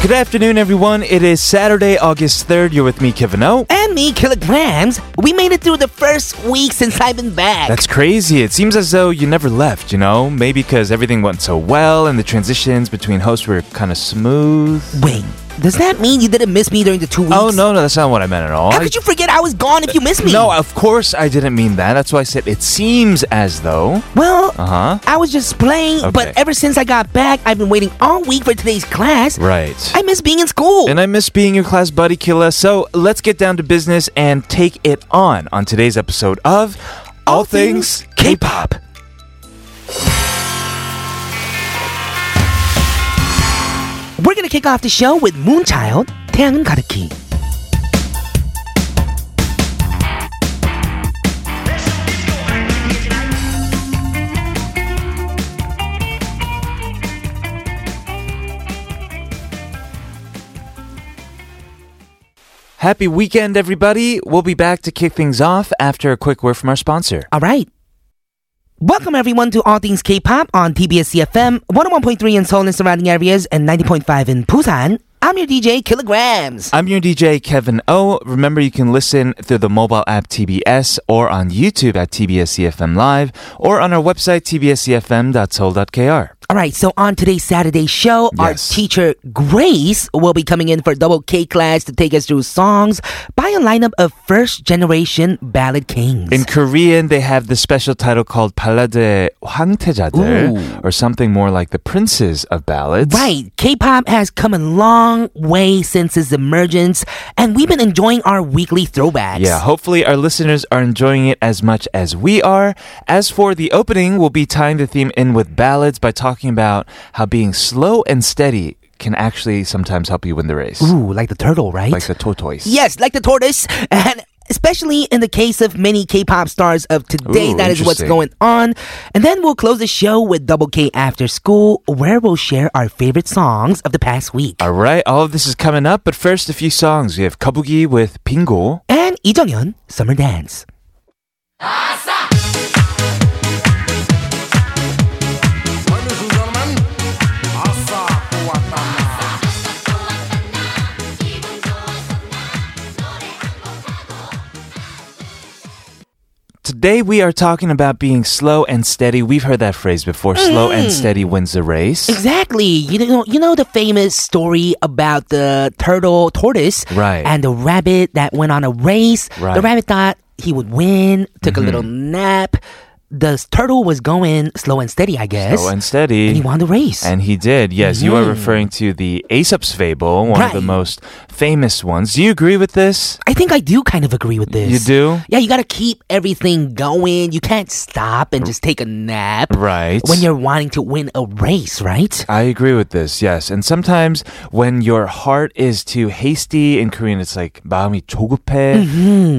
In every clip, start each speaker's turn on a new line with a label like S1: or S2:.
S1: Good afternoon, everyone. It is Saturday, August 3rd. You're with me, Kevin O.
S2: And me, Kilograms. We made it through the first week since I've been back.
S1: That's crazy. It seems as though you never left, you know? Maybe because everything went so well and the transitions between hosts were kind of smooth.
S2: Wait, does that mean you didn't miss me during the two weeks?
S1: Oh, no, no, that's not what I meant at all.
S2: How could you forget I was gone if you missed me?
S1: No, of course I didn't mean that. That's why I said it seems as though.
S2: Well,
S1: Uh huh.
S2: I was just playing,
S1: Okay.
S2: but ever since I got back, I've been waiting all week for today's class.
S1: Right.
S2: I miss being in school.
S1: And I miss being your class buddy, Killa. So let's get down to business and take it on on today's episode of All Things K pop.
S2: We're gonna kick off the show with Moonchild, 태양은 가득히.
S1: Happy weekend, everybody. We'll be back to kick things off after a quick word from our sponsor.
S2: All right. Welcome everyone to All Things K-pop on TBS CFM 101.3 in Seoul and surrounding areas and 90.5 in Busan. I'm your DJ Kilograms.
S1: I'm your DJ, Kevin O. Remember, you can listen through the mobile app TBS or on YouTube at TBS CFM Live or on our website, tbscfm.soul.kr.
S2: All right, so on today's Saturday show, our
S1: Yes.
S2: teacher Grace will be coming in for double K class to take us through songs by a lineup of first generation ballad kings.
S1: In Korean, they have the special title called Ballade
S2: Ooh.
S1: Hwangtaejader, or something more like the Princes of Ballads.
S2: Right, K-pop has come a long way since its emergence, and we've been enjoying our weekly throwbacks.
S1: Yeah, hopefully our listeners are enjoying it as much as we are. As for the opening, we'll be tying the theme in with ballads by talking about how being slow and steady can actually sometimes help you win the race.
S2: Ooh, like the turtle, right?
S1: Like the tortoise.
S2: Yes, like the tortoise. And especially in the case of many K pop stars of today,
S1: Ooh,
S2: that is what's
S1: interesting.
S2: going on. And then we'll close the show with Double K After School, where we'll share our favorite songs of the past week.
S1: All right, all of this is coming up, but first a few songs. We have Kabugi with Pingo.
S2: And Lee Jung Summer Dance.
S1: Today we are talking about being slow and steady. We've heard that phrase before. Slow
S2: Mm.
S1: and steady wins the race.
S2: Exactly. You know, you know the famous story about the turtle tortoise
S1: Right.
S2: and the rabbit that went on a race. The
S1: Right. Mm-hmm.
S2: rabbit thought he would win, took a little nap. The turtle was going slow and steady, I guess.
S1: Slow and steady.
S2: and he won the race.
S1: And he did, yes. You are referring to the Aesop's Fable, one of the
S2: Right.
S1: most famous ones. Do you agree with this?
S2: I think I do kind of agree with this.
S1: You do?
S2: Yeah, you gotta keep everything going. You can't stop and just take a nap
S1: Right.
S2: when you're wanting to win a race, right?
S1: I agree with this, yes. And sometimes when your heart is too hasty, in Korean it's like 마음이 조급해,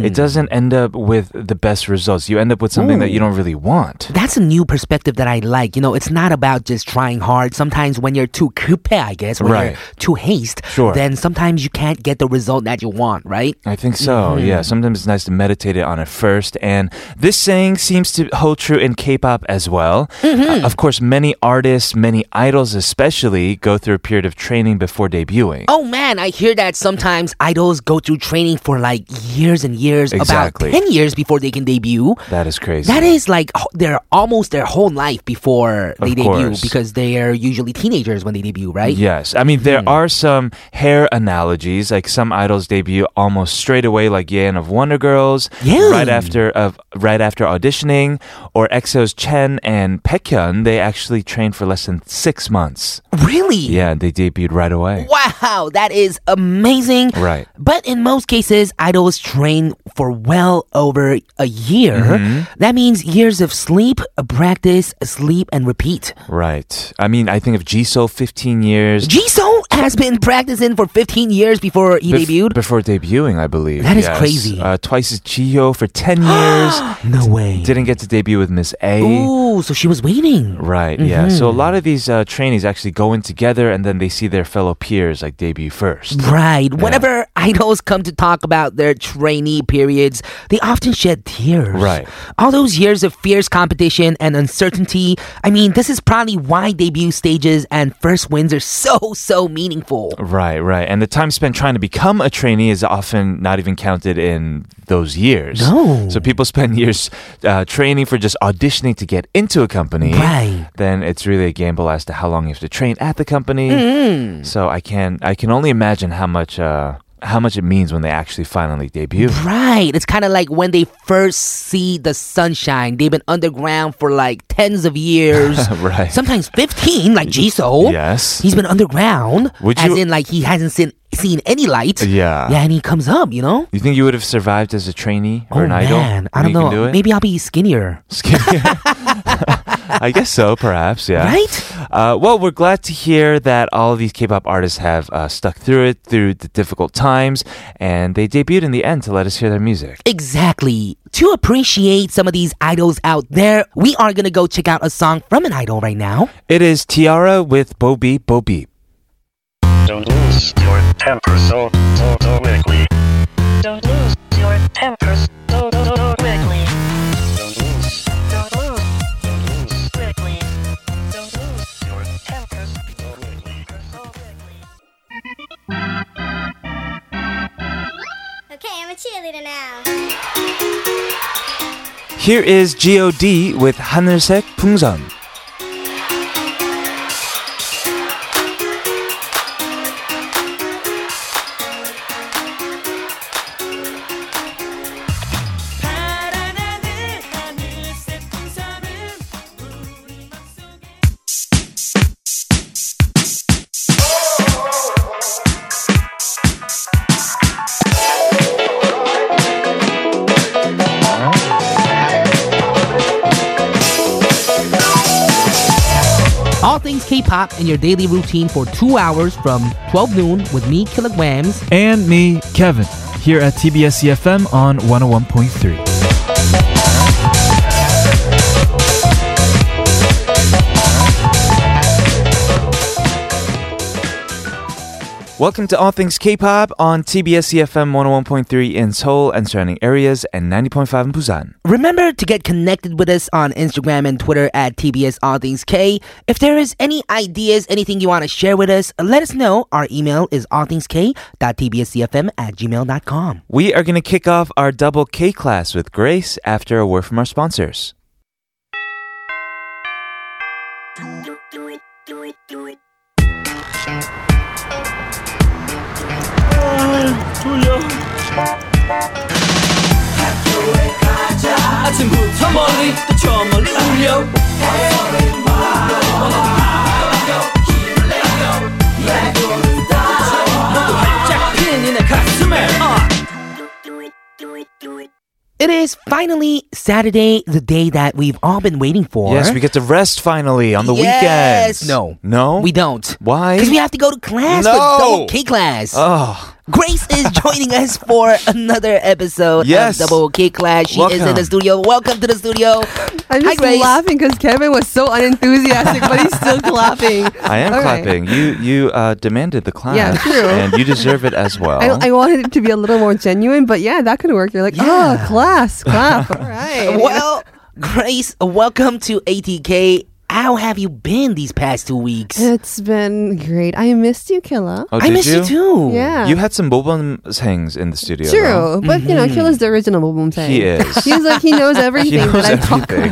S1: it doesn't end up with the best results. You end up with something that you don't really want.
S2: That's a new perspective that I like. You know, it's not about just trying hard. Sometimes when you're too coupe, I guess, when
S1: Right.
S2: you're too haste,
S1: Sure.
S2: then sometimes you can't get the result that you want, right?
S1: I think so.
S2: Mm-hmm.
S1: Yeah, sometimes it's nice to meditate on it first. And this saying seems to hold true in K-pop as well. Uh,
S2: Mm-hmm.
S1: of course, many artists, many idols especially, go through a period of training before debuting.
S2: Oh man, I hear that sometimes idols go through training for like years and years,
S1: Exactly.
S2: about 10 years before they can debut.
S1: That is crazy.
S2: That is like h- their almost their whole life before they
S1: Of
S2: debut
S1: course.
S2: because they are usually teenagers when they debut, right? Mm-hmm.
S1: Yes. I mean, there are some hair analogies. Like some idols debut almost straight away, like Yeon of Wonder Girls,
S2: Yeah.
S1: right after of right after auditioning, or EXO's Chen and Baekhyun. They actually trained for less than six months.
S2: Really?
S1: Yeah, they debuted right away.
S2: Wow, that is amazing.
S1: Right.
S2: But in most cases, idols train for well over a year.
S1: Mm-hmm.
S2: That means years of sleep, uh, practice, sleep, and repeat.
S1: Right. I mean, I think of Jisoo, 15 years.
S2: Jisoo has been practicing for 15 years before he
S1: bef-
S2: debuted.
S1: Before debuting, I believe.
S2: That is
S1: yes.
S2: crazy.
S1: Uh, twice as Jihyo for 10 years.
S2: no way.
S1: Didn't get to debut with Miss A.
S2: Ooh, Mm-hmm. Oh, so she was waiting.
S1: Right, yeah. So a lot of these uh, trainees actually go in together and then they see their fellow peers like debut first.
S2: Right. Whenever idols come to talk about their trainee periods, they often shed tears.
S1: Right.
S2: All those years of fierce competition and uncertainty. I mean, this is probably why debut stages and first wins are so, so meaningful.
S1: Right, right. And the time spent trying to become a trainee is often not even counted in those years.
S2: No.
S1: So people spend years uh, training for just auditioning to get into a company.
S2: Right.
S1: Then it's really a gamble as to how long you have to train at the company.
S2: Mm-hmm.
S1: So I can I can only imagine how much uh, how much it means when they actually finally debut.
S2: Right. It's kind of like when they first see the sunshine. They've been underground for like tens of years.
S1: Right.
S2: Sometimes 15, like Jisoo.
S1: Yes.
S2: He's been underground.
S1: Would
S2: as
S1: you-
S2: in, like, he hasn't seen, seen any light.
S1: Yeah.
S2: Yeah, and he comes up, you know?
S1: You think you would have survived as a trainee or
S2: oh,
S1: an idol?
S2: man. I
S1: You
S2: don't know.
S1: can do it?
S2: Maybe I'll be skinnier.
S1: Skinny. I guess so, perhaps, yeah.
S2: Right?
S1: Uh, well, we're glad to hear that all of these K pop artists have uh, stuck through it, through the difficult times, and they debuted in the end to let us hear their music.
S2: Exactly. To appreciate some of these idols out there, we are going to go check out a song from an idol right now.
S1: It is Tiara with Bo Beep, Bo Beep.
S3: Don't lose your temper so, so, so quickly.
S4: Don't lose your temper so, so, so quickly.
S3: Don't lose,
S4: Don't lose
S3: don't lose
S4: quickly.
S3: don't lose your temper so quickly.
S4: So quickly.
S5: Okay, I'm a cheerleader now.
S1: Here is G.O.D. with 하늘색 풍선.
S2: All things K-pop in your daily routine for two hours from 12 noon with me, Kilograms.
S6: and me, Kevin, here at TBS EFM on 101.3.
S1: Welcome to All Things K-pop on TBS EFM 101.3 in Seoul and surrounding areas and 90.5 in Busan.
S2: Remember to get connected with us on Instagram and Twitter at TBS All Things K. If there is any ideas, anything you want to share with us, let us know. Our email is allthingsk.tbscfm at gmail.com.
S1: We are going to kick off our double K class with Grace after a word from our sponsors.
S7: 아침부터 멀리 또 저 멀리 울려 너도 활짝 핀 이내 가슴에 어.
S2: It is finally Saturday, the day that we've all been waiting for.
S1: Yes, we get to rest finally on the
S2: Yes.
S1: weekends.
S2: No.
S1: No?
S2: We don't.
S1: Why?
S2: Because we have to go to class
S1: No.
S2: with Double K class.
S1: Oh,
S2: Grace is joining us for another episode
S1: Yes.
S2: of Double K Class. She is
S1: Welcome.
S2: in the studio. Welcome to the studio.
S8: I'm
S2: Hi,
S8: just
S2: Grace.
S8: laughing because Kevin was so unenthusiastic, but he's still clapping.
S1: I am
S8: All right.
S1: clapping. You you uh, demanded the clap.
S8: Yeah, true.
S1: And you deserve it as well.
S8: I, I wanted it to be a little more genuine, but yeah, that could work. You're like,
S2: Yeah.
S8: oh, class, clap. All right.
S2: Well, Grace, welcome to ATK. How have you been these past two weeks?
S8: it's been great. I missed you, Killa.
S1: Oh,
S2: I
S1: did
S2: miss you? too.
S8: Yeah.
S1: You had some mobangs in the studio.
S8: True,
S1: though.
S8: but you know, Killa's the original Boom saying.
S1: He is.
S8: He's like he knows everything
S1: knows
S8: that I talk
S1: everything.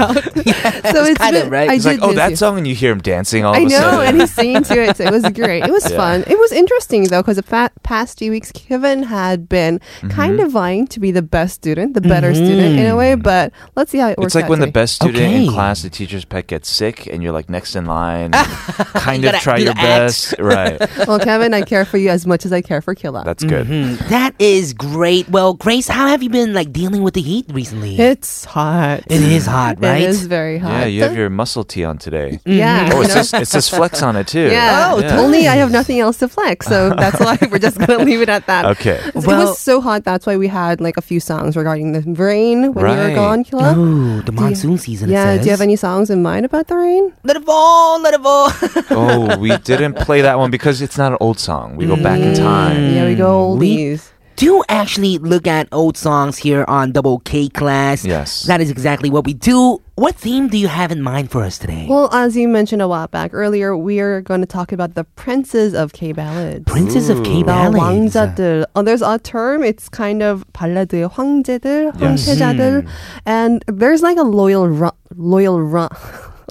S8: about. so it's
S2: kind of,
S8: been-
S2: right?
S8: I
S1: It's like,
S8: did
S1: oh,
S8: miss
S1: that
S8: you.
S1: song, and you hear him dancing all of
S8: I
S1: a
S8: know,
S1: sudden.
S8: and he's singing to it. So it was great. It was fun. It was interesting though, because the fa- past few weeks, Kevin had been
S1: Mm-hmm.
S8: kind of vying to be the best student, the better student in a way. But let's see how it
S1: Mm-hmm. it's
S8: works.
S1: like
S8: out
S1: when the
S8: today.
S1: best student
S2: Okay.
S1: in class, the teacher's pet, gets sick, and you're like next in line, and kind
S2: You
S1: of
S2: gotta
S1: try
S2: do
S1: your
S2: the acts.
S1: best, right?
S8: well, Kevin, I care for you as much as I care for Killa.
S1: That's good.
S2: Mhm. That is great. Well, Grace, how have you been like dealing with the heat recently?
S8: it's hot.
S2: It is hot, right?
S8: It is very hot.
S1: Yeah, you have your muscle tee on today.
S8: yeah.
S1: Oh, it
S8: you know?
S1: says, it says flex on it too.
S8: yeah.
S2: Mm-hmm. Oh,
S1: Yeah.
S8: Only I have nothing else to flex, so that's why we're just gonna leave it at that.
S1: Okay.
S8: it
S2: Well-
S8: was so hot. That's why we had like a few songs regarding the rain when you
S1: Right.
S8: were gone, Killa.
S2: Ooh, the monsoon season. It says.
S8: Yeah, do you have any songs in mind about the rain?
S2: Let it fall, let it fall.
S1: Oh, we didn't play that one because it's not an old song. We go back in
S8: Mm.
S1: time.
S8: Yeah, we go
S2: we-
S8: oldies.
S2: do actually look at old songs here on Double K Class.
S1: Yes.
S2: That is exactly what we do. What theme do you have in mind for us today?
S8: Well, as you mentioned a while back earlier, we are going to talk about the princes of K ballads.
S2: Princess of K
S8: the
S2: Ballads.
S8: 왕자들. Oh, there's a term. It's kind of 발라드의 황제들,
S1: Yes.
S8: 황태자들, and there's like a loyal, ru- loyal run.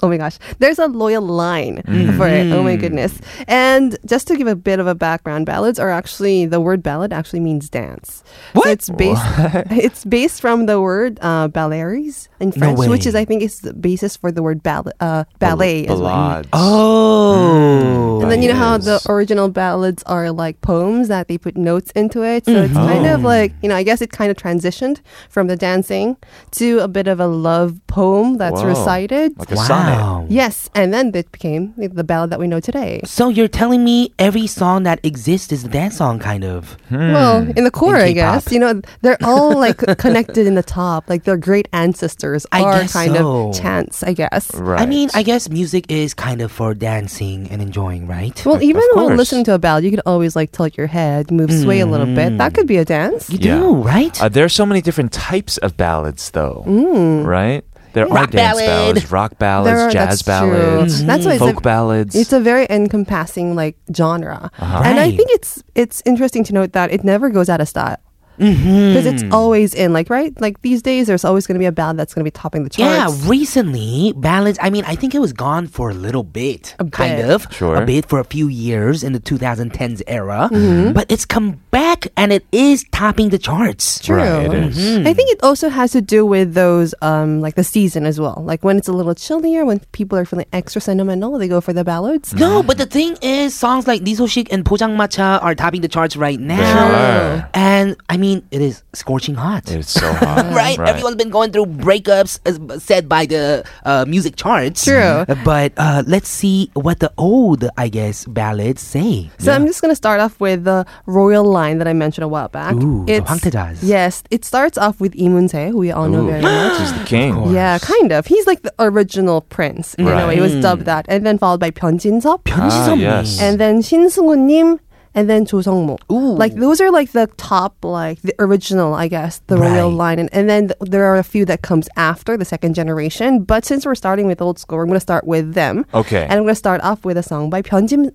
S8: Oh my gosh, there's a loyal line for it. Oh my goodness. And just to give a bit of a background, ballads are actually the word ballad actually means dance. So it's based it's based from the word uh, balleries in
S2: No
S8: French, which
S2: way.
S8: is I think is the basis for the word ball- uh, ballet as well.
S1: Ballades. Mm.
S2: Oh.
S8: And then you know how
S1: Yes.
S8: the original ballads are like poems that they put notes into it. So
S2: Mm-hmm.
S8: it's kind of
S2: Oh.
S8: like, you know, I guess it kind of transitioned from the dancing to a bit of a love poem that's
S1: Wow.
S8: recited.
S1: Like a sonnet.
S2: wow.
S8: yes, and then it became the- the ballad that we know today.
S2: So you're telling me every song that exists is a dance song, kind of.
S8: Well, in the core, I
S2: Hmm. K-pop.
S8: guess, you know, they're all like connected in the top. Like their great ancestors
S2: I
S8: are
S2: guess
S8: kind
S2: so.
S8: of chants, I guess.
S1: Right.
S2: I mean, I guess music is kind of for dancing and enjoying, right?
S8: Well, even
S1: course.
S8: when listening to a ballad, you could always like tilt your head, move, sway a little
S2: Mm.
S8: bit. That could be a dance.
S2: you
S1: yeah.
S2: do, right?
S1: Uh, there are so many different types of ballads, though. Right? There are
S2: Rock
S1: dance
S2: ballad.
S1: ballads, rock ballads,
S8: Mm. There are-
S1: jazz
S8: that's true.
S1: ballads,
S8: That's why it's
S1: folk
S8: a-
S1: ballads.
S8: It's a very encompassing like genre, and I
S2: Right.
S8: think it's it's interesting to note that it never goes out of style
S2: Mm-hmm.
S8: because
S2: Hmm.
S8: it's always in. Like right, like these days, there's always going to be a ballad that's going to be topping the
S2: Yeah,
S8: charts.
S2: recently, ballads. I mean, I think it was gone for a little bit, kind
S8: bit.
S2: of,
S1: Sure.
S2: a bit for a few years in the 2010s era.
S8: Mm-hmm.
S2: But it's come back, and it is topping the charts. Mm-hmm.
S8: True. Mm-hmm.
S1: Right, it is.
S8: I think it also has to do with those, um, like the season as well. Like when it's a little chillier, when people are feeling extra sentimental, they go for the ballads.
S1: Mm-hmm.
S2: No, but the thing is, songs like Nisoshik and Pojangmacha are topping the charts right now.
S1: are.
S2: And I mean, it is scorching hot.
S1: It's so hot.
S2: Right? everyone's been going through breakups, as said by the uh, music charts.
S8: True.
S2: But uh, let's see what the old, I guess, ballads say.
S8: So I'm just going to start off with the royal line that I mentioned a while back.
S2: Ooh, the 황태자's.
S8: Yes, it starts off with Imunse, who we all know
S1: Ooh,
S8: very much.
S1: She's the king.
S8: Yeah, kind of. He's like the original prince. You know,
S1: Right.
S8: he was dubbed that, and then followed by 변진섭,
S1: Ah, yes.
S8: and then 신승우님, and then 조성모. Like those are like the top, like the original, I guess, the royal
S2: Right.
S8: line, and, and then th- there are a few that comes after the second generation. But since we're starting with old school, I'm going to start with them.
S1: Okay.
S8: and I'm going to start off with a song by 변진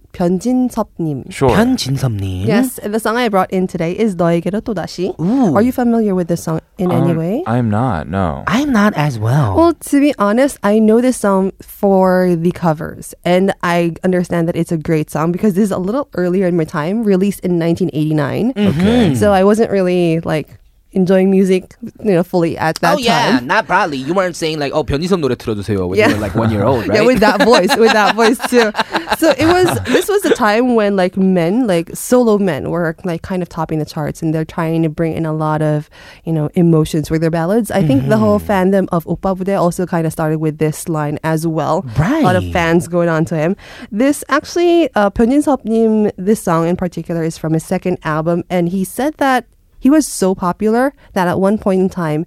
S8: 변진섭님.
S1: Sure.
S2: 현진섭님.
S8: Yes, and the song I brought in today is 너에게로 또다시. Are you familiar with this song in any
S1: Um,
S8: way?
S1: I'm not, no.
S2: I'm not as well.
S8: Well, to be honest, I know this song for the covers, and I understand that it's a great song because this is a little earlier in my time, released in 1989.
S2: Mm.
S1: Okay.
S8: So I wasn't really like enjoying music, you know, fully at that
S2: oh yeah,
S8: time.
S2: not probably. You weren't saying like, oh, 변희섭 노래 틀어주세요 when you
S8: Yeah.
S2: were like one year old, right?
S8: Yeah, with that voice, with that voice too. So it was. This was the time when like men, like solo men, were like kind of topping the charts, and they're trying to bring in a lot of you know emotions with their ballads. I think the whole
S2: Mm-hmm.
S8: fandom of Oppa Bude also kind of started with this line as well. A lot of
S2: Right.
S8: fans going on to him. This actually, uh, 변진섭님, this song in particular is from his second album, and he said that he was so popular that at one point in time.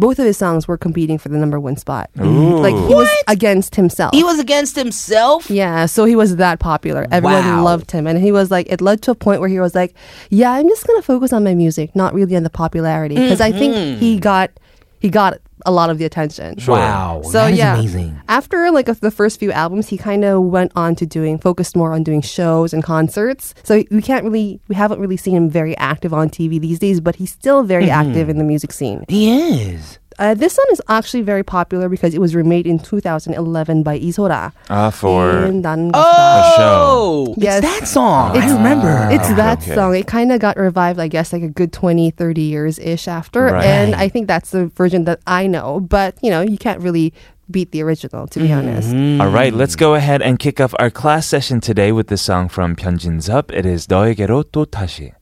S8: Both of his songs were competing for the number one spot. Like he was against himself.
S2: he was against himself.
S8: Yeah, so he was that popular. Everyone
S2: Wow.
S8: loved him. And he was like, it led to a point where he was like, yeah, I'm just going to focus on my music, not really on the popularity. Because I
S2: Mm-hmm.
S8: think he got, he got a lot of the attention.
S2: Wow,
S8: So
S2: that is
S8: yeah,
S2: amazing.
S8: after like of the first few albums, he kind of went on to doing focused more on doing shows and concerts. So we can't really, we haven't really seen him very active on TV these days, but he's still very
S1: Mm-hmm.
S8: active in the music scene.
S2: He is.
S8: Uh, this song is actually very popular because it was remade in 2011 by Isora.
S1: Uh, for
S8: In Dan Gosda.
S1: a show.
S2: Oh, it's
S8: Yes.
S2: that song.
S8: It's-
S2: I remember.
S8: It's that
S1: okay.
S8: song. It kind of got revived, I guess, like a good 20, 30 years ish after.
S1: Right.
S8: And I think that's the version that I know. But, you know, you can't really beat the original, to be
S1: Mm-hmm.
S8: honest.
S1: All right, let's go ahead and kick off our class session today with the song from Hyunjin's Up. It is 너에게로 또 다시.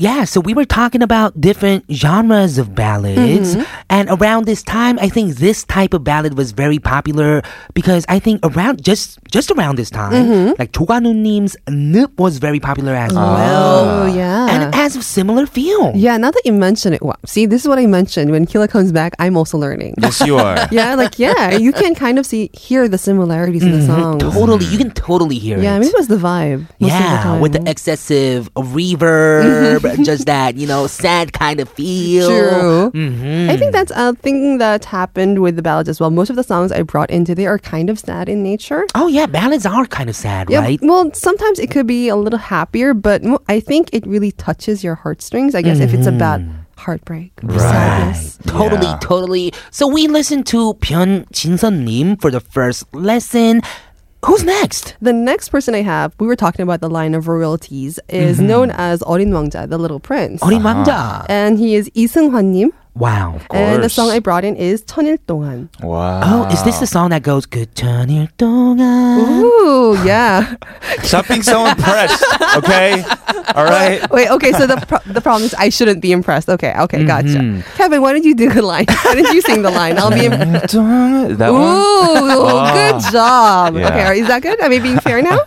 S2: Yeah, so we were talking about different genres of ballads.
S8: Mm-hmm.
S2: And around this time, I think this type of ballad was very popular because I think around just just around this time, like 조관우님's 늪 was very popular as well.
S8: Mm-hmm. Oh, yeah.
S2: Ah. And it has a similar feel.
S8: yeah, now that you mention it, wow. See, this is what I mentioned. When Kila comes back, I'm also learning.
S1: Yes, you are.
S8: yeah, like, yeah, you can kind of see, hear the similarities in the songs.
S2: Mm-hmm. Totally, you can totally hear
S8: Yeah,
S2: it.
S8: maybe it was the vibe. most of the
S2: yeah, with the
S8: time. Mm-hmm.
S2: excessive reverb, just that, you know, sad kind of feel.
S8: True.
S2: Mm-hmm.
S8: I think that's a thing that happened with the ballads as well. Most of the songs I brought in today are kind of sad in nature.
S2: Oh, yeah, ballads are kind of sad,
S8: Yeah,
S2: right?
S8: well, sometimes it could be a little happier, but mo- I think it really touches your heartstrings, I guess, if it's about
S2: Mm.
S8: heartbreak or sadness.
S2: Totally,
S1: Yeah.
S2: totally. So we listened to Pyun Jinsun Nim for the first lesson. Who's next?
S8: The next person I have, we were talking about the line of royalties, is
S2: Mm-hmm.
S8: known as Orin Wangja, the Little Prince.
S2: Ori Mangja.
S8: and he is Isung Hwan-nim.
S2: Wow.
S8: And the
S1: course.
S8: song I brought in is 천일 동안.
S1: Wow.
S2: Oh, is this the song that goes Good turn 동안?
S8: Ooh, yeah.
S1: Stop being so impressed, okay? All right.
S8: Wait, okay, so the, pro- the problem is I shouldn't be impressed. Okay, okay, gotcha.
S2: Mm-hmm.
S8: Kevin, why don't you do the line? Why don't you sing the line? I'll be impressed.
S1: that
S8: Ooh,
S1: one.
S2: Ah.
S8: good job.
S1: Yeah.
S8: Okay, is that good? Am I being fair now?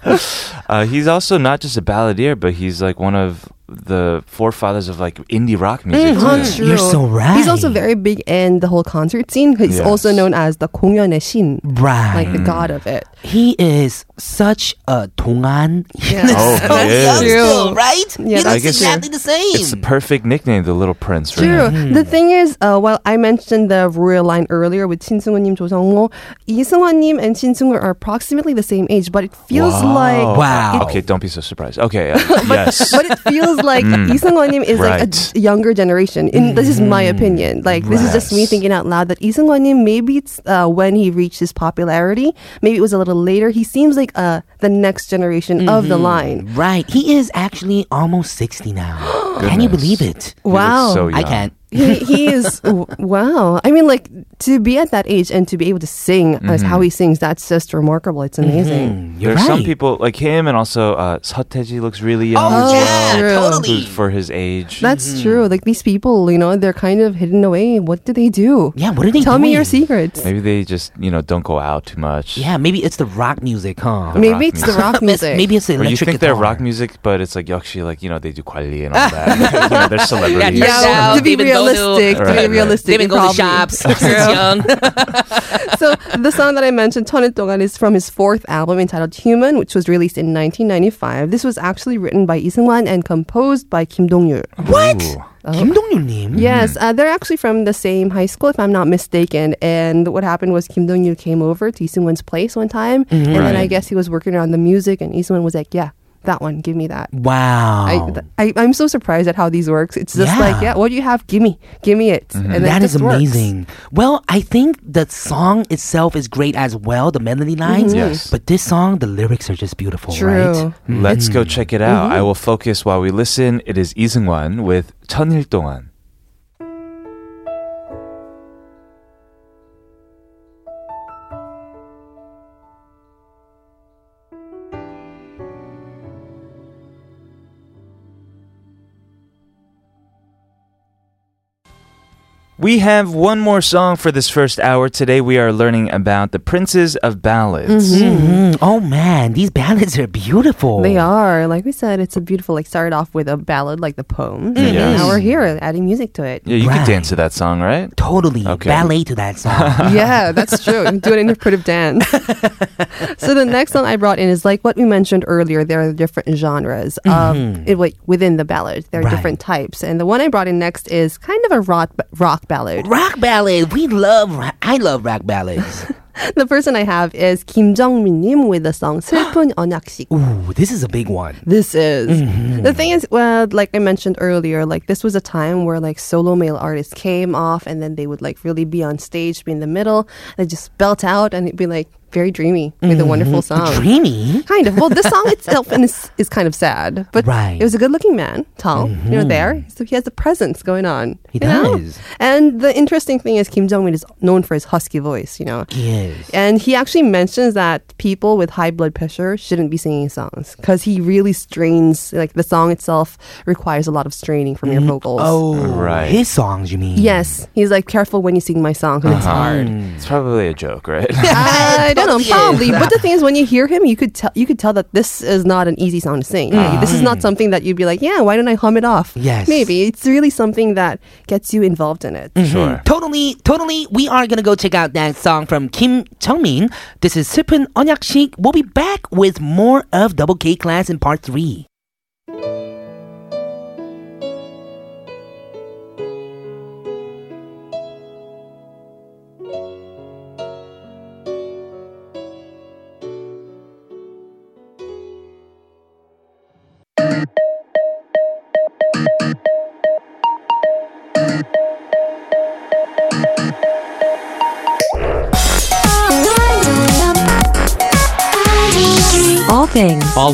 S1: Uh, he's also not just a balladeer, but he's like one of the forefathers of like indie rock
S8: Mm-hmm.
S1: music. too.
S8: True.
S2: You're so right.
S8: He's also very big in the whole concert scene. He's
S1: Yes.
S8: also known as the 공연의 신,
S2: Right.
S8: like the god of it.
S2: he is such a 동안.
S8: Yeah.
S1: Oh,
S2: so
S1: he is.
S2: young still,
S8: True.
S2: right?
S8: Yeah,
S2: he
S8: that's
S2: looks
S1: true.
S2: exactly the same.
S1: It's the perfect nickname, the Little Prince. for him.
S8: True. The thing is, uh, well, I mentioned the royal line earlier with Shin Sung-won-nim, Cho Sung-ho. Lee Sung-won-nim and Shin Sung-ho are approximately the same age, but it feels like
S2: Wow.
S1: Okay, don't be so surprised. Okay. uh, yes.
S8: but it feels like Lee Sung-won-nim is like a
S1: Right.
S8: j- younger generation. In, this is my opinion. Like this is just me
S1: Yes.
S8: thinking out loud that Lee Sung-won-nim maybe it's uh, when he reached his popularity. Maybe it was a little later. He seems like uh, the next generation of the line.
S2: Right. He is actually almost 60 now. Can you
S1: Goodness.
S2: believe it?
S1: He looks
S8: Wow.
S1: so
S2: I
S1: young.
S2: can't.
S8: He, he is w- wow. I mean, like to be at that age and to be able to sing as how he sings. That's just remarkable. It's amazing.
S2: Mm, You're
S1: There's
S2: right.
S1: some people like him, and also uh, Soteji looks really young
S2: Oh,
S1: as
S2: yeah,
S1: well
S2: totally.
S1: who- for his age.
S8: That's true. Like these people, you know, they're kind of hidden away. What do they do?
S2: Yeah, what are they
S8: Tell me your
S2: doing?
S8: secrets.
S1: Maybe they just you know don't go out too much.
S2: Yeah, maybe it's the rock music, huh?
S1: The
S8: Maybe,
S1: rock
S8: it's the rock music.
S2: Maybe it's the
S1: Or you
S2: electric
S1: think
S2: guitar.
S1: they're rock music, but it's like actually like you know they do quality and all that. you know, they're celebrities.
S8: Yeah,
S2: Check out
S8: to
S2: David Bono.
S8: be realistic, to
S1: Right,
S8: be
S1: right.
S8: realistic,
S2: They've been
S8: it
S2: going to
S8: probably-
S2: shops since young.
S8: so the song that I mentioned, Tonettongan, is from his fourth album entitled Human, which was released in 1995. This was actually written by Lee Seung-wan and composed by Kim Dong-yul.
S2: What?
S8: Oh.
S2: Kim Dong Yu님?
S8: Yes, uh, they're actually from the same high school, if I'm not mistaken. And what happened was Kim Dong-yul came over to Lee Seung-wan's place one time,
S2: Mm-hmm.
S8: and then I
S1: Right.
S8: guess he was working on the music, and Lee Seung-wan was like, "Yeah, that one, give me that."
S2: Wow.
S8: I, th- I, I'm so surprised at how these works. It's just
S2: Yeah. Mm-hmm.
S8: like, yeah, what do you have? Give me, give me it. And then it
S2: that is
S8: just works.
S2: amazing. Well, I think the song itself is great as well, the melody lines.
S1: Yes.
S2: But this song, the lyrics are just beautiful,
S8: True.
S2: right?
S1: Let's go check it out. I will focus while we listen. It is Isungwan with 천일 동안. We have one more song for this first hour. Today we are learning about the princes of ballads.
S8: Mm-hmm.
S2: Mhm. Oh man, these ballads are beautiful.
S8: They are. Like we said, it's a beautiful, like, started off with a ballad, like the poem.
S2: Mm-hmm.
S8: And
S1: Yes.
S8: now we're here adding music to it.
S1: Yeah, you
S2: Right.
S1: could dance to that song, right?
S2: Totally
S1: Okay.
S2: ballet to that song.
S8: yeah, that's true. You Do an interpretive dance. so the next song I brought in is like what we mentioned earlier. There are different genres of it, like within the ballad. There are
S2: Mm-hmm. Right.
S8: different types, and the one I brought in next is kind of a rock rock ballad.
S2: rock ballad. We love. ra- I love rock ballads.
S8: the person I have is Kim Jong-min-님 with the song 슬픈 언약식.
S2: Ooh, Mm-hmm. this is a big one.
S8: This is the thing is well, like I mentioned earlier, like this was a time where like solo male artists came off and then they would like really be on stage, be in the middle, they just belt out and it'd be like very dreamy with a wonderful song.
S2: Mm-hmm. Dreamy.
S8: Kind of. Well, this song itself is, is kind of sad, but
S2: Right. Mm-hmm.
S8: it was a good-looking man, tall, you know, there. So he has a presence going on.
S2: He
S8: you know?
S2: does.
S8: And the interesting thing is Kim Jong Un is known for his husky voice, you know.
S2: Yes.
S8: And he actually mentions that people with high blood pressure shouldn't be singing songs because he really strains. Like the song itself requires a lot of straining from your vocals.
S2: Oh,
S1: Right.
S2: His songs, you mean?
S8: yes, he's like careful when you sing my song 'cause
S2: Uh-huh.
S8: it's hard.
S1: Uh-huh. Mm. It's probably a joke, right?
S8: I don't know, probably. But the thing is, when you hear him, you could tell you could tell that this is not an easy song to sing. This is not something that you'd be like, yeah, why don't I hum it off?
S2: Yes.
S8: maybe it's really something that gets you involved in it.
S1: sure.
S2: Mm-hmm. Totally, totally. We are gonna go check out that song from Kim Chungmin. This is 슬픈 언약식. We'll be back with more of Double K Class in Part Three.
S5: All things.
S9: All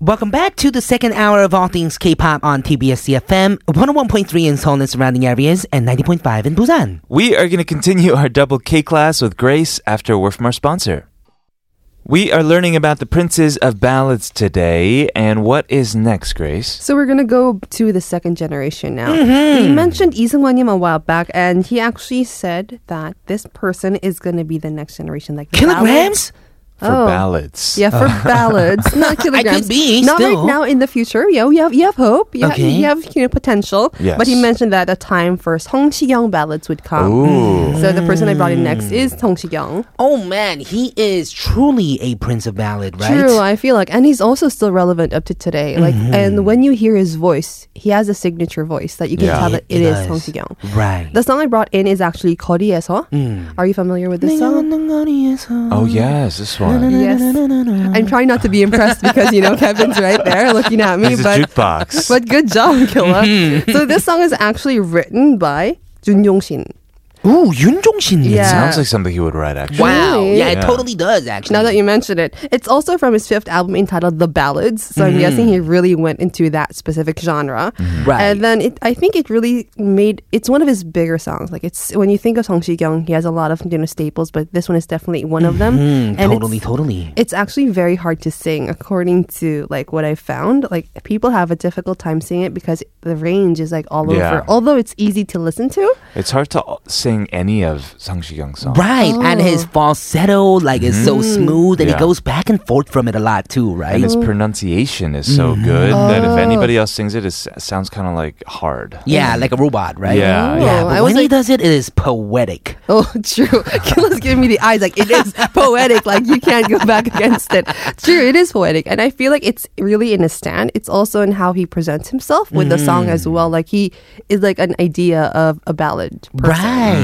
S2: Welcome back to the second hour of All Things K-pop on TBS CFM, 101.3 in Seoul and surrounding areas, and 90.5 in Busan.
S1: We are going to continue our double K class with Grace after a word from our sponsor. We are learning about the princes of ballads today, and what is next, Grace?
S8: So we're gonna go to the second generation now. We mentioned Lee Seung-hwan a while back, and he actually said that this person is gonna be the next generation, like the
S2: Kilograms?
S1: For
S8: Oh.
S1: ballads.
S8: Yeah, for ballads, not kilograms.
S2: Uh. be,
S8: not
S2: still.
S8: right now in the future. Yeah, you have you have hope. You,
S2: Okay.
S8: ha- you have you know potential.
S1: Yes.
S8: But he mentioned that a time for Song Si-young ballads would come.
S1: Ooh.
S8: So the person I brought in next is Song Si-young.
S2: Oh man, he is truly a prince of ballad, right?
S8: True, I feel like, and he's also still relevant up to today. Like,
S2: Mm-hmm.
S8: and when you hear his voice, he has a signature voice that you can
S1: Yeah.
S8: tell that
S2: He
S8: it is
S2: does.
S8: Song Si-young.
S2: Right.
S8: The song I brought in is actually 거리에서.
S2: Mm.
S8: Are you familiar with this song?
S1: Oh, yes, this one.
S8: Yes. I'm trying not to be impressed because you know Kevin's right there looking at me,
S1: It's a
S8: but
S1: jukebox.
S8: But good job,
S2: Mm-hmm.
S8: Killa. so this song is actually written by Jun Yongshin.
S2: Ooh, Yun Jong Shin.
S8: Yeah.
S1: Sounds like something he would write, actually.
S2: Wow.
S8: Really?
S2: Yeah, it
S1: Yeah.
S2: totally does actually.
S8: Now that you mention it, it's also from his fifth album entitled The Ballads. So I'm guessing he really went into that specific genre.
S2: Mm-hmm. Right.
S8: And then it, I think it really made it's one of his bigger songs. Like it's when you think of Song Si-kyung, he has a lot of you know staples, but this one is definitely one of them.
S2: Mm,
S8: And
S2: totally,
S8: it's-
S2: totally.
S8: It's actually very hard to sing, according to like what I found. Like people have a difficult time singing it because the range is like all
S1: Yeah.
S8: over. Although it's easy to listen to,
S1: It's hard to sing any of Sang Young songs.
S2: Right, and his falsetto like is so smooth, and he
S1: Yeah.
S2: goes back and forth from it a lot too, right?
S1: And
S8: Oh.
S1: its pronunciation is so
S8: Mm-hmm.
S1: good that if anybody else sings it, it s- sounds kind of like hard.
S2: yeah, like a robot, right?
S1: Yeah, Oh,
S2: yeah.
S8: yeah.
S2: But
S8: I was
S2: when he
S8: like-
S2: does it, it is poetic.
S8: Oh, true. Killa's giving me the eyes. Like, it is poetic. Like, you can't go back against it. True, it is poetic. And I feel like it's really in his stand. It's also in how he presents himself with the song as well. Like, he is like an idea of a ballad person.
S2: Right.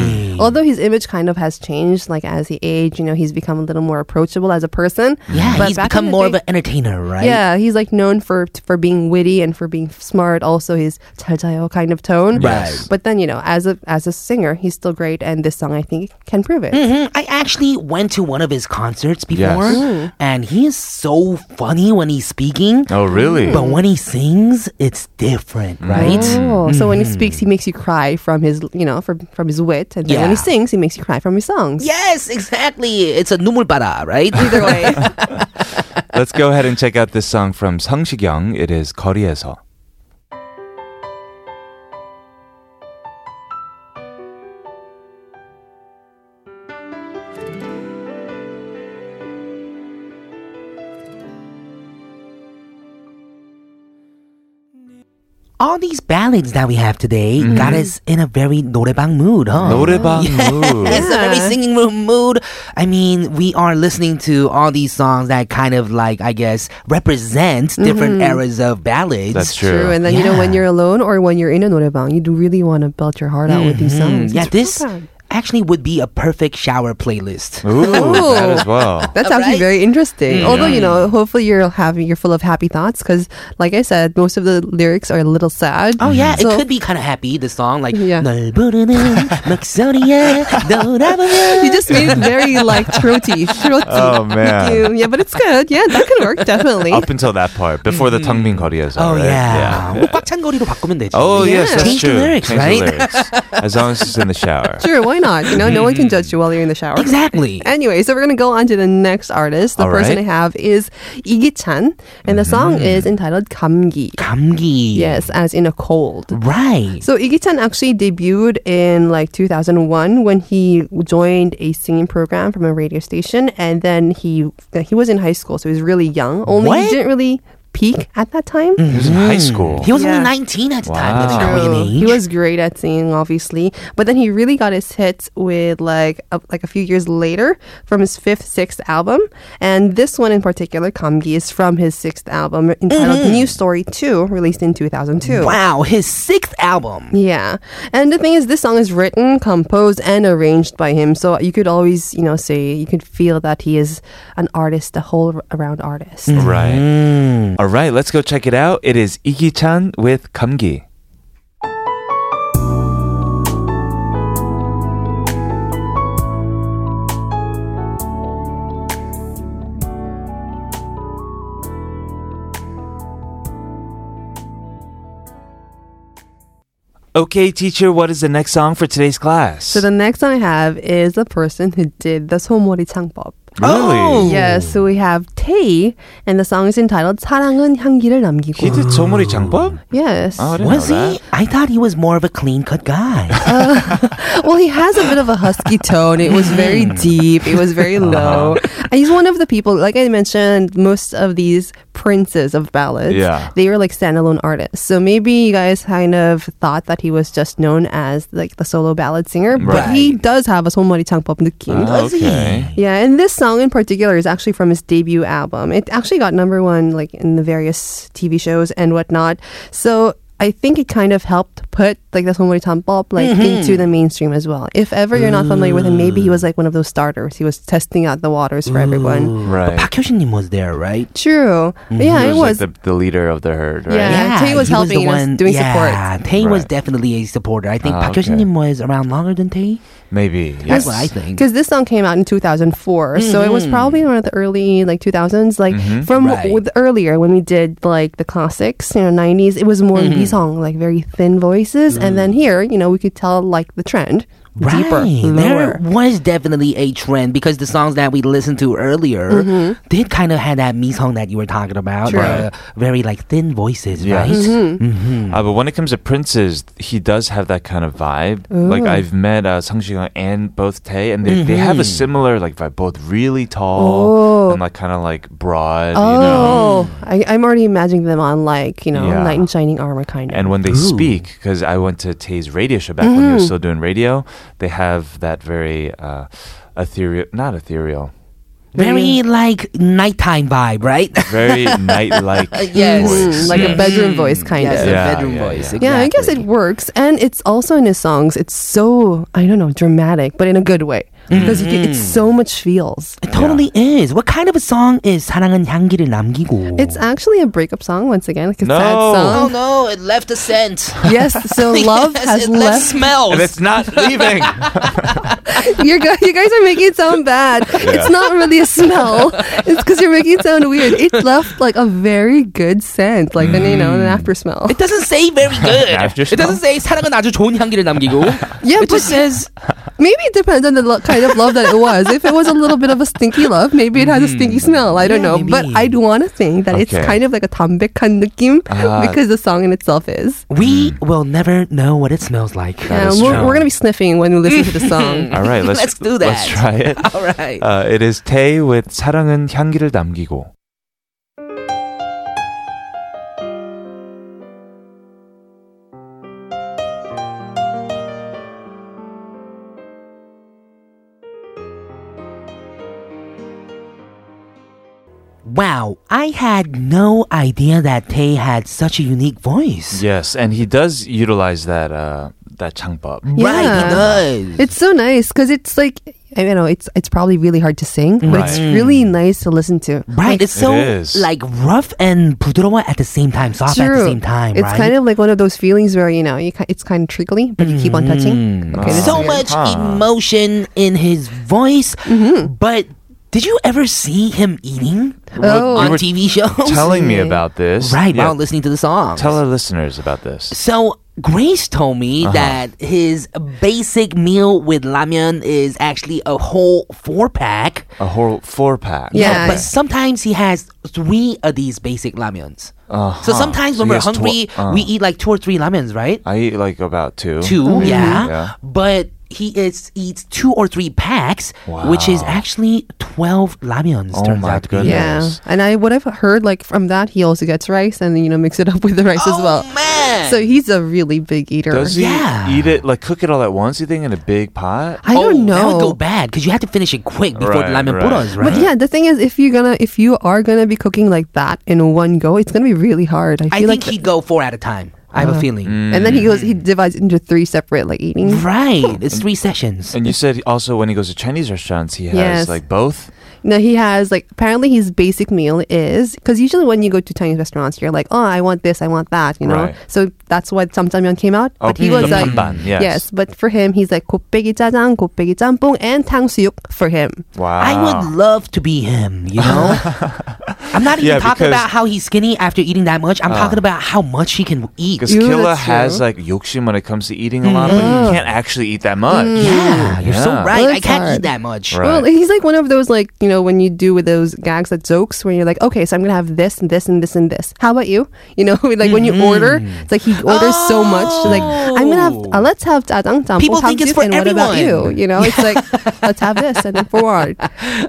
S8: Although his image kind of has changed, like, as he aged, you know, he's become a little more approachable as a person.
S2: Yeah,
S8: But
S2: he's
S8: back
S2: become
S8: in the
S2: more
S8: day-
S2: of an entertainer, right?
S8: Yeah, he's like known for for being witty and for being smart. Also, his 잘자요 kind of tone.
S2: Yes.
S8: But then you know, as a as a singer, he's still great, and this song I think can prove it.
S2: Mhm. I actually went to one of his concerts before,
S1: Yes.
S2: and he is so funny when he's speaking.
S1: Oh, really?
S2: But when he sings, it's different, right?
S8: Oh, so when he
S1: Mm.
S8: speaks, he makes you cry from his, you know, from from his wit, and then when he
S2: Yeah.
S8: sings, he makes you cry from his songs.
S2: Yes, exactly. It's a numulbara, right?
S8: Either way,
S1: Let's go ahead and check out this song from Sang Young. It is 거리에서.
S2: all these ballads that we have today got us in a very 노래방 mood, huh?
S1: 노래방 mood.
S2: It's a very singing room mood. I mean, we are listening to all these songs that kind of like, I guess, represent different
S8: Mm-hmm.
S2: eras of ballads.
S1: That's true.
S8: True. And then, you know, when
S2: Yeah.
S8: you're alone or when you're in a 노래방, you do really want to belt your heart out with these
S1: Mm-hmm.
S8: songs.
S2: Mm, Yeah,
S8: It's
S2: this
S8: fun.
S2: actually would be a perfect shower playlist.
S1: Ooh, that as well.
S8: That's
S2: Alright.
S8: actually very
S1: Mm.
S8: interesting. Although you know, hopefully you're having you're full of happy thoughts because, like I said, most of the lyrics are a little sad.
S2: Oh yeah,
S8: So-
S2: it could be kind of happy. The song like
S8: Yeah.
S2: 널 부르는 목소리에 돌아보면
S8: You just made it very like throaty, throaty.
S1: Oh, man.
S8: You- Yeah, but it's good. Yeah, that can work definitely.
S1: Up until that part, before the tongbin 거리에서.
S2: Oh
S1: right?
S2: yeah. 뭐꽉찬 거리로 바꾸면 되지.
S1: Oh yes, that's
S2: Change
S1: true.
S2: the lyrics,
S1: Change
S2: right?
S1: the lyrics. As long as it's in the shower.
S8: Sure, why not? You know, no
S1: Mm-hmm.
S8: one can judge you while you're in the shower.
S2: exactly.
S8: Anyway, so we're gonna go on to the next artist. The
S1: All
S8: person
S1: right. Mm-hmm.
S8: I have is Igi Chan, and the song is entitled "감기."
S2: 감기.
S8: Yes, as in a cold.
S1: Mm.
S2: Right.
S8: So Iggy-chan actually debuted in like 2001 when he joined a singing program from a radio station, and then he he was in high school, so he was really young. Only he
S2: What?
S8: didn't really peak at that time.
S1: He was in high school.
S2: He was only
S8: Yeah.
S2: 19 at the time. That's
S1: Wow.
S2: growing in age.
S8: He was great at singing, obviously, but then he really got his hits with like a, like a few years later from his fifth, sixth album, and this one in particular, Kamgi, is from his sixth album entitled "New Story 2," released in
S2: Mm-hmm.
S8: 2002.
S2: wow, his sixth album.
S8: Yeah. And the thing is, this song is written, composed, and arranged by him. So you could always, you know, say, you could feel that he is an artist, a whole around artist.
S2: Mm.
S1: Right. All right, let's go check it out. It is Iggy Chan with Kamgi. Okay, teacher, what is the next song for today's class?
S8: So the next song I have is the person who did the Somori Changbop.
S1: really?
S2: Oh.
S8: Yes, so we have Tae, and the song is entitled 사랑은
S1: He
S8: 향기를 남기고.
S1: did 소머리 장법?
S8: Yes.
S1: Oh, I didn't
S2: Was
S1: know that.
S2: he? I thought he was more of a clean cut guy.
S8: Well, he has a bit of a husky tone. It was very
S1: Mm.
S8: deep. It was very
S1: Uh-huh.
S8: low. And he's one of the people, like I mentioned, most of these princes of ballads,
S1: Yeah.
S8: they were like standalone artists. So maybe you guys kind of thought that he was just known as like the solo ballad singer, but he does have a 손머리 창법 느낌.
S1: Ah, okay.
S8: Yeah, and this song in particular is actually from his debut album. It actually got number one like in the various TV shows and whatnot. So I think it kind of helped put like the Somori Tampop like
S1: Mm-hmm.
S8: into the mainstream as well. If ever you're not familiar with him, maybe
S1: Mm.
S8: he was like one of those starters. He was testing out the waters for everyone.
S1: Right.
S2: Park Hyo-shin was there, right?
S8: True. Yeah,
S1: Mm-hmm. He
S8: it was.
S1: like the, the leader of the herd, right?
S8: Yeah. Tae was
S2: he
S8: helping
S2: the
S8: us doing support.
S2: Yeah, Tae was
S1: Right.
S2: definitely a supporter. I think
S1: Ah,
S2: Park Hyo-shin
S1: okay.
S2: was around longer than Tae.
S1: Maybe. Yes.
S2: That's what I think. Mm-hmm.
S8: because this song came out in 2004 so it was probably one of the early like 2000s like from
S2: Right.
S8: with earlier when we did like the classics you know 90s it was more
S2: Mm-hmm.
S8: mm song like very thin voices and then here you know we could tell like the trend deeper
S2: Mm. Right.
S8: lower
S2: There was definitely a trend because the songs that we listened to earlier
S8: Mm-hmm.
S2: did kind of had that me song that you were talking about.
S1: True.
S2: the very like thin voices,
S1: Yes.
S2: right? Hmm.
S8: Mm-hmm.
S1: Uh, but when it comes to Prince's, he does have that kind of vibe. Like I've met uh, Sang Shigang and both Tae, and they,
S2: Mm-hmm.
S1: they have a similar like vibe. Both really tall
S8: Oh.
S1: and like kind of like broad, you know.
S8: oh I, i'm already imagining them on like you know
S1: Yeah.
S8: knight in shining armor
S2: Oh.
S8: kind of
S1: And when they speak, because I went to Tae's radio show back when he
S2: Mm-hmm.
S1: was still doing radio, they have that very uh, ethereal, not ethereal,
S2: Very
S8: Mm-hmm.
S2: like nighttime vibe, right?
S1: very night-like
S2: Uh, Yes.
S1: voice. Hmm.
S8: Mm, like a
S1: Yes.
S8: bedroom voice kind
S2: yes, a
S8: of
S1: Yeah,
S2: bedroom
S1: yeah,
S2: voice.
S1: yeah.
S8: Yeah, I guess it
S2: exactly.
S8: works, and it's also in his songs. It's so I don't know dramatic, but in a good way because you get, it's so much feels.
S2: It totally is. What kind of a song is 사랑은 향기를 남기고?
S8: It's actually a breakup song once again, like a
S1: No.
S8: sad
S2: Oh
S8: song.
S2: no, it left a scent.
S8: Yes, so Um, love
S2: Yes,
S8: has
S2: it left
S8: left.
S2: smells.
S1: And it's not leaving.
S8: You're gu- you guys are making it sound bad. It's not really a smell. It's because you're making it sound weird. It left like a very good scent, like an, you know, an after smell.
S2: It doesn't say very good.
S1: After
S2: it doesn't say 사랑은 아주 좋은 향기를 남기고.
S8: Yeah,
S2: it
S8: but
S2: just says
S8: Maybe it depends on the lo- kind of love that it was. If it was a little bit of a stinky love, maybe it has a stinky smell. I don't
S2: Yeah,
S8: know. But
S2: maybe.
S8: I do want to think that it's
S1: Mm. Okay. Ah.
S8: kind of like a tambekhan 느낌 because the song in itself is.
S2: we
S1: Hmm.
S2: will never know what it smells like.
S8: Yeah, we're, we're going to be sniffing when we listen to the song.
S1: All right, let's,
S2: Let's do
S1: Let's
S2: that.
S1: try it.
S2: All right.
S1: Uh, it is Tae with 사랑은 향기를 남기고.
S2: Wow, I had no idea that Tae had such a unique voice.
S1: Yes, and he does utilize that uh, that changbop.
S8: Yeah.
S2: Right, he does.
S8: It's so nice because it's like I don't know. It's it's probably really hard to sing, but it's
S1: Right. Mm.
S8: really nice to listen to.
S2: Right, it's so
S1: is.
S2: like rough and 부드러워 at the same time, soft at the
S8: True.
S2: same time.
S8: It's
S2: right?
S8: kind of like one of those feelings where you know you, ki- it's kind of trickly, but you keep on
S1: Mm.
S8: touching. Okay, this
S2: so
S8: is-
S2: much
S1: Huh.
S2: emotion in his voice. But did you ever see him eating
S8: Oh.
S1: you
S2: on
S1: were
S2: TV shows?
S1: telling me
S8: Yeah.
S1: about this.
S2: right,
S1: Yeah.
S2: while listening to the song.
S1: Tell Uh-huh. our listeners about this.
S2: So Grace told me that his basic meal with ramyun is actually a whole four pack.
S1: A whole four pack. Oh,
S8: Yeah.
S2: But sometimes he has three of these basic ramyuns. So sometimes when
S1: So Uh-huh. he
S2: we're
S1: has tw-
S2: hungry,
S1: uh.
S2: we eat like two or three ramyuns, right?
S1: I eat like about two.
S2: Two,
S1: maybe.
S2: yeah.
S1: Mm-hmm. yeah.
S2: But he is eats two or three packs, which is actually twelve ramyuns.
S1: Oh
S2: turns
S1: my
S2: out to be.
S1: goodness.
S8: yeah,
S1: Yes.
S8: and I would have heard like from that he also gets rice and you know mix it up with the rice as well.
S2: Oh, man.
S8: So he's a really big eater.
S1: Does he
S2: Yeah.
S1: eat it like cook it all at once? You think in a big pot?
S8: I
S2: oh,
S8: don't know.
S2: That would go bad because you had to finish it quick before the
S1: Right,
S2: ramen
S1: right.
S2: puras, right?
S8: But yeah, the thing is, if you're gonna, if you are gonna be cooking like that in one go, it's gonna be really hard. I feel
S2: I
S8: like, Uh-huh.
S2: think he'd go four at a time. I have a feeling.
S8: and then he goes,
S1: Mm.
S8: he divides it into three separate like eating.
S2: Right. It's three sessions.
S1: And you said also when he goes to Chinese restaurants, he has
S8: Yes.
S1: like both.
S8: No, he has like apparently his basic meal is because usually when you go to Chinese restaurants, you're like, oh, I want this, I want that, you know.
S1: Right.
S8: So that's what Samjamyeon came out.
S1: Oh,
S8: but
S1: mm.
S8: he was
S1: the
S8: like,
S1: 반반, yes.
S8: but for him, he's like 곱빼기 짜장, 곱빼기 짬뽕, and 탕수육 for him.
S1: Wow.
S2: I would love to be him, you know? I'm not even
S1: Yeah,
S2: talking
S1: because- Ah.
S2: about how he's skinny after eating that much. I'm talking about how much he can eat.
S1: because
S8: You,
S1: Killa
S8: that's
S1: has
S8: true.
S1: like yokshim when it comes to eating a lot, but you can't actually eat that much.
S2: Mm-hmm. Yeah, you're so
S1: Yeah.
S2: right.
S8: Well,
S2: I
S8: it's
S2: can't eat
S8: hard.
S2: that much.
S1: Right.
S8: Well, he's like one of those like you know when you do with those gags at jokes when you're like, okay, so I'm gonna have this and this and this and this. How about you? You know, like when
S2: Mm-hmm.
S8: you order, it's like he orders so much. Like I'm gonna have, uh, let's have jajang, 짬뽕,
S2: Oh. People think it's
S8: 탕수육,
S2: for
S8: and what about you?
S2: everyone.
S8: You know, it's like let's have this and then forward.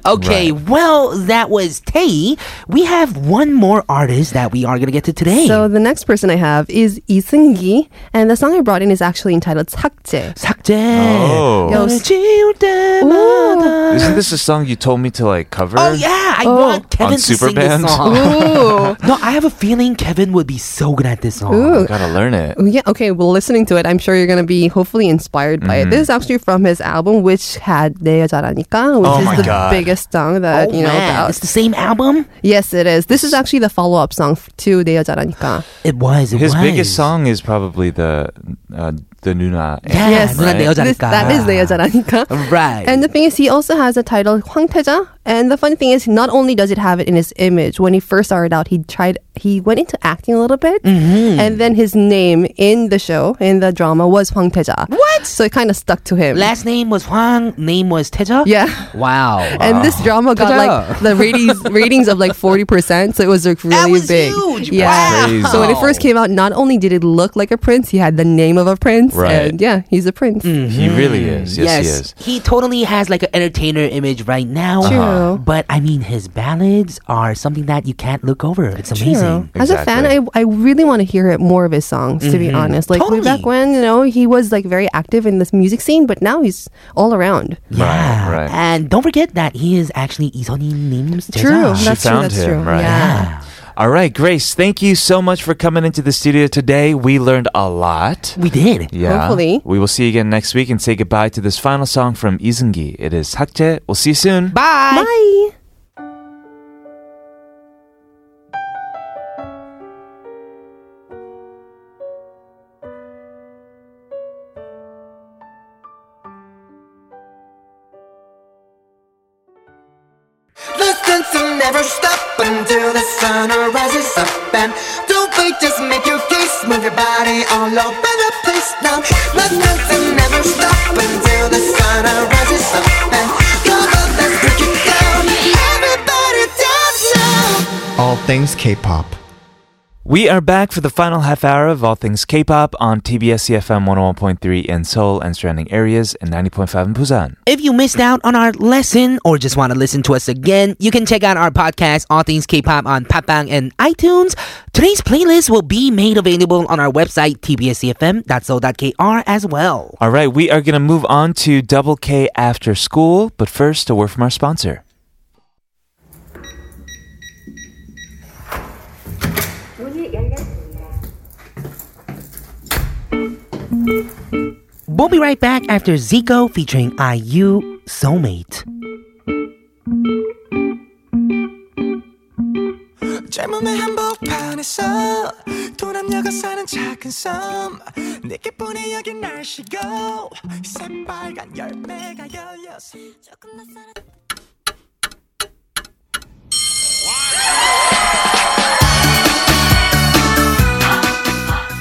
S2: Okay, well, that was Tae. We have one more artist that we are going to get to today.
S8: So the next person I have is Isungi, and the song I brought in is actually entitled 삭제.
S2: 삭제.
S1: Oh.
S2: 너를 지울 때마다.
S1: Isn't this a song you told me to like cover?
S2: Uh-huh. Oh, yeah, I want
S1: On
S2: Kevin to sing this
S1: Superband?
S2: song.
S8: Ooh.
S2: No, I have a feeling Kevin would be so good at this song.
S1: I gotta learn it.
S8: Oh, Yeah, okay. Well, listening to it, I'm sure you're going to be hopefully inspired by
S1: Mm-hmm.
S8: it. This is actually from his album, which had 내 여자라니까, which
S1: Oh my
S8: is the
S1: God.
S8: biggest song that,
S2: oh
S8: you know,
S2: man,
S8: about.
S2: it's the same album.
S8: Yes, it is. This is actually the follow up song f- to 내 여자라니까.
S2: It was. It
S1: His
S2: was.
S1: biggest song is probably the uh, the Nuna. anthem,
S2: Yes, Nuna
S1: right?
S2: Neo-
S8: This- that is 내 여자라니까.
S2: Right.
S8: And the thing is, he also has a title 황태자. And the funny thing is, not only does it have it in his image. When he first started out, he tried he went into acting a little bit,
S2: Mm-hmm.
S8: and then his name in the show in the drama was 황태자. What? So it kind of stuck to him.
S2: last name was Huang. Name was Teja.
S8: Yeah.
S2: Wow.
S8: and this drama got like the ratings ratings of like 40% so it was like really
S2: was
S8: big
S2: huge.
S8: yeah
S1: Crazy.
S8: so when it first came out not only did it look like a prince he had the name of a prince
S1: Right. Mm,
S8: and yeah he's a prince
S1: He really is. Yes, he is.
S2: He totally has like an entertainer image right now.
S8: True.
S2: But I mean, his ballads are something that you can't look over. It's amazing.
S8: As a fan, I, I really want to hear it more of his songs, to
S1: Mm-hmm.
S8: be honest. Like
S2: Totally.
S8: way back when, you know, he was like very active in this music scene, but now he's all around.
S2: Yeah.
S1: right.
S2: And don't forget that he is actually Isoni Nim's
S8: True.
S2: Teja.
S1: She
S8: that's
S1: found
S8: true. That's
S1: him,
S8: true.
S1: right.
S8: Yeah.
S1: All right, Grace, thank you so much for coming into the studio today. We learned a lot.
S2: We did.
S1: Yeah.
S8: Hopefully.
S1: We will see you again next week and say goodbye to this final song from Izungi. It is Hakje. We'll see you soon.
S2: Bye.
S8: Bye.
S9: The sense will never stop until the sun rises up and don't wait, just make your case, move your body all over the place now. The sense will never stop until the sun rises up and come on, let's break it down. Everybody dance now.
S10: All things K-pop.
S1: We are back for the final half hour of All Things K-Pop on TBS CFM 101.3 in Seoul and surrounding areas and 90.5 in Busan.
S2: If you missed out on our lesson or just want to listen to us again, you can check out our podcast, All Things K-Pop, on Papang and iTunes. Today's playlist will be made available on our website, tbscfm.so.kr as well.
S1: All right, we are going to move on to Double K After School, but first, a word from our sponsor.
S2: We'll be right back after Zico featuring IU Soulmate.
S9: 젊음의 한복판에서 도남녀가 사는 작은 섬 내게 보내 여긴 날씨고 새빨간 열매가 열려서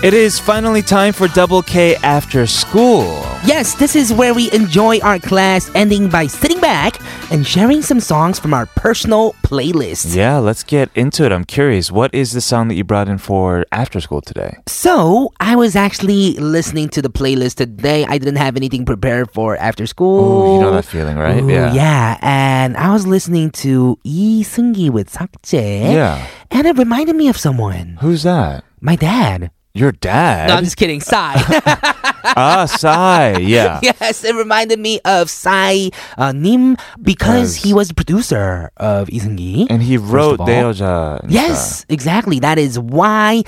S1: It is finally time for Double K After School.
S2: Yes, this is where we enjoy our class, ending by sitting back and sharing some songs from our personal playlists.
S1: Yeah, let's get into it. I'm curious, what is the song that you brought in for After School today?
S2: So, I was actually listening to the playlist today. I didn't have anything prepared for after school.
S1: Ooh, you know that feeling, right?
S2: Ooh, yeah. and I was listening to Yi Seung-gi with Sakje.
S1: Yeah.
S2: And it reminded me of someone.
S1: Who's that?
S2: My dad.
S1: Your dad?
S2: No, I'm just kidding. Sai.
S1: ah, Psy. Yeah.
S2: yes, it reminded me of Sai uh, Nim because he was the producer of Yi Seung-gi.
S1: And he wrote
S2: all.
S1: Deoja. and stuff.
S2: Yes, exactly. That is why.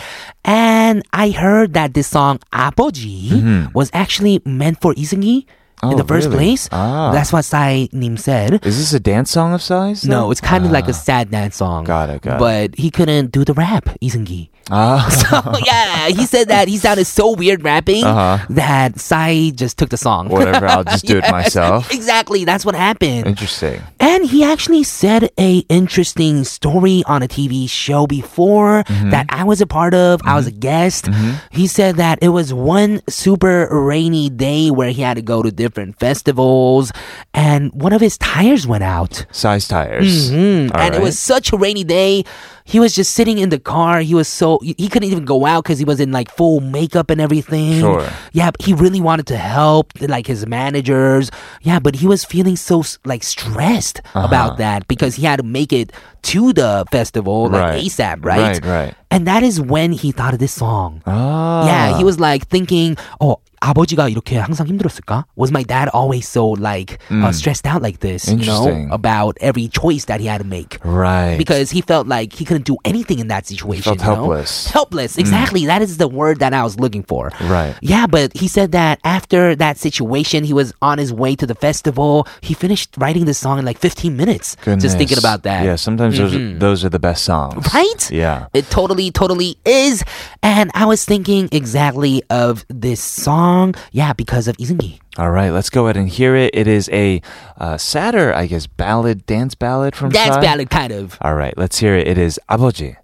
S2: And I heard that this song "Apoji" was actually meant for Isungi in
S1: Mm-hmm. Oh,
S2: the first
S1: really?
S2: place.
S1: Ah.
S2: That's what Sai Nim said.
S1: Is this a dance song of Psy's? then?
S2: No, it's kind of like a sad dance song.
S1: ah. Got it, got it.
S2: but he couldn't do the rap, Isungi.
S1: Ah.
S2: So yeah, he said that he sounded so weird rapping
S1: Uh-huh.
S2: that Sai just took the song.
S1: Whatever, I'll just do it
S2: Yes,
S1: myself.
S2: Exactly, that's what happened.
S1: Interesting.
S2: And he actually said a interesting story on a TV show before that I was a part of. I was a guest. He said that it was one super rainy day where he had to go to different festivals and one of his tires went out.
S1: Psy's tires.
S2: Mm,
S1: All
S2: and it
S1: right.
S2: was such a rainy day. He was just sitting in the car. He was so he he couldn't even go out because he was in like full makeup and everything.
S1: Sure.
S2: Yeah, but he really wanted to help like his managers. Yeah, but he was feeling so like stressed
S1: Uh-huh.
S2: about that because he had to make it to the festival like
S1: Right.
S2: ASAP,
S1: Right,
S2: right?
S1: right.
S2: And that is when he thought of this song.
S1: Ah.
S2: Yeah, he was like thinking, oh, 아버지가 이렇게 항상 힘들었을까? Was my dad always so like uh, stressed out like this? You know
S1: Interesting.
S2: about every choice that he had to make.
S1: Right.
S2: Because he felt like he couldn't do anything in that situation.
S1: felt
S2: you know?
S1: helpless. Mm.
S2: Helpless, exactly. That is the word that I was looking for.
S1: Right.
S2: Yeah, but he said that after that situation, he was on his way to the festival. He finished writing this song in like 15 minutes. Just thinking
S1: Goodness.
S2: about that. Mm-hmm.
S1: Yeah, sometimes those, those are the best songs.
S2: Right?
S1: Yeah.
S2: It totally, totally is. And I was thinking exactly of this song. Yeah, because of Isungi.
S1: All right, let's go ahead and hear it. It is a uh, sadder, I guess, ballad, dance ballad from
S2: Dance
S1: Psy.
S2: ballad, kind of.
S1: All right, let's hear it. It is 아버지.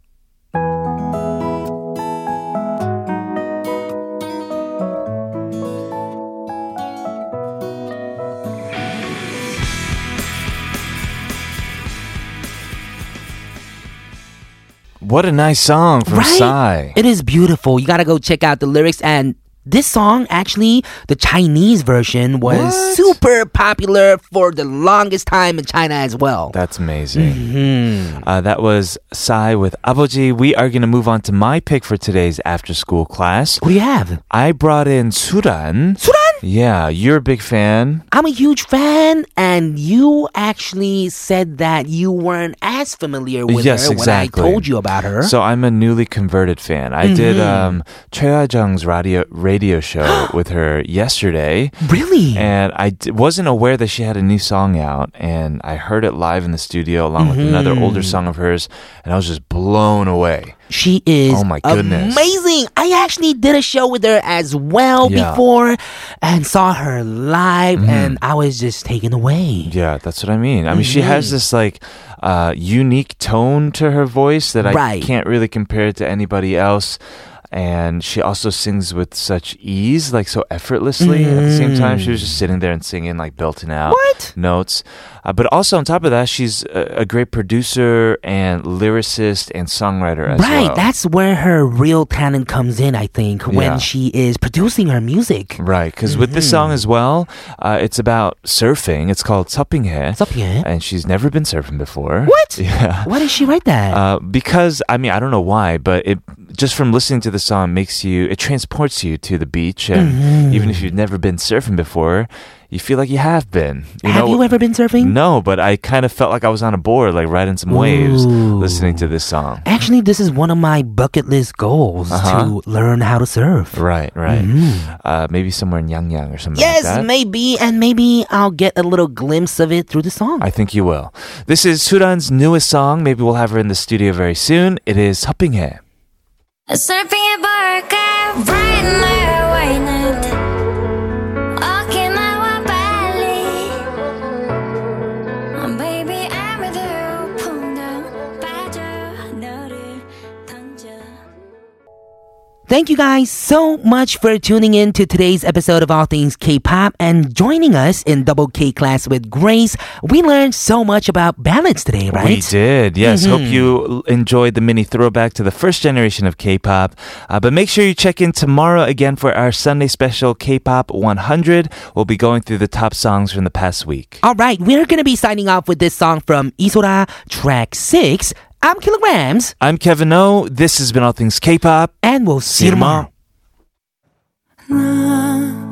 S1: What a nice song from Psy.
S2: It is beautiful. You gotta go check out the lyrics and this song actually the Chinese version was
S1: What?
S2: super popular for the longest time in China as well.
S1: That's amazing.
S2: Mm-hmm.
S1: Uh, that was Psy with 아버지. We are going to move on to my pick for today's after school class.
S2: what do you have?
S1: I brought in Suran.
S2: Suran?
S1: Yeah, you're a big fan.
S2: I'm a huge fan and you actually said that you weren't as familiar with
S1: Yes,
S2: her
S1: exactly.
S2: when I told you about her. Mm-hmm.
S1: So I'm a newly converted fan. I did um, Choi Jung's radio radio show with her yesterday,
S2: really?
S1: and I d- wasn't aware that she had a new song out. And I heard it live in the studio along with another older
S2: Mm-hmm.
S1: song of hers, and I was just blown away.
S2: She is
S1: Oh my goodness.
S2: amazing. I actually did a show with her as well
S1: Yeah. Mm-hmm.
S2: before and saw her live and I was just taken away.
S1: Yeah, that's what I mean. I mean, she has
S2: Mm-hmm.
S1: this like uh, unique tone to her voice that I
S2: Right.
S1: can't really compare to anybody else. And she also sings with such ease, like so effortlessly. At the same time, she was just sitting there and singing like belting out
S2: What?
S1: notes. Uh, but also on top of that, she's a, a great producer and lyricist and songwriter as
S2: right,
S1: well.
S2: that's where her real talent comes in, I think, when
S1: Yeah.
S2: she is producing her music.
S1: right. Because with this song
S2: Mm-hmm.
S1: as well, uh, it's about surfing. It's called Toppinghe,
S2: What's up here?
S1: and she's never been surfing before.
S2: What?
S1: Mm-hmm. Yeah.
S2: Why did she write that?
S1: Uh, because I mean I don't know why, but it just from listening to the song makes you it transports you to the beach and
S2: Mm-hmm.
S1: even if you've never been surfing before you feel like you have been you
S2: Have
S1: know
S2: you ever been surfing?
S1: no but i kind of felt like i was on a board like riding some waves
S2: Ooh.
S1: listening to this song
S2: Actually, this is one of my bucket list goals
S1: Uh-huh.
S2: to learn how to surf.
S1: right right uh, maybe somewhere in yangyang or something
S2: Mm-hmm. Yes,
S1: like that
S2: maybe, and maybe I'll get a little glimpse of it through the song.
S1: I think you will. This is Sudan's newest song. Maybe we'll have her in the studio very soon. It is Hoppinghe.
S5: Surfing burger, bright night, white night. Okinawa, Bali. Um, Baby, I'm with you. 풍덩 빠져, 너를 던져.
S2: Thank you guys so much for tuning in to today's episode of All Things K-pop and joining us in Double K class with Grace. We learned so much about ballads today,
S1: We
S2: right?
S1: did. Yes. Hope you l- enjoyed the mini throwback to the first generation of K-pop. Uh, but make sure you check in tomorrow again for our Sunday special K-pop 100. We'll be going through the top songs from the past week.
S2: All right, we're gonna be signing off with this song from Isora, track six. I'm Kilograms,
S1: I'm Kevin O. This has been All Things K-pop.
S2: and we'll see you tomorrow.
S5: 난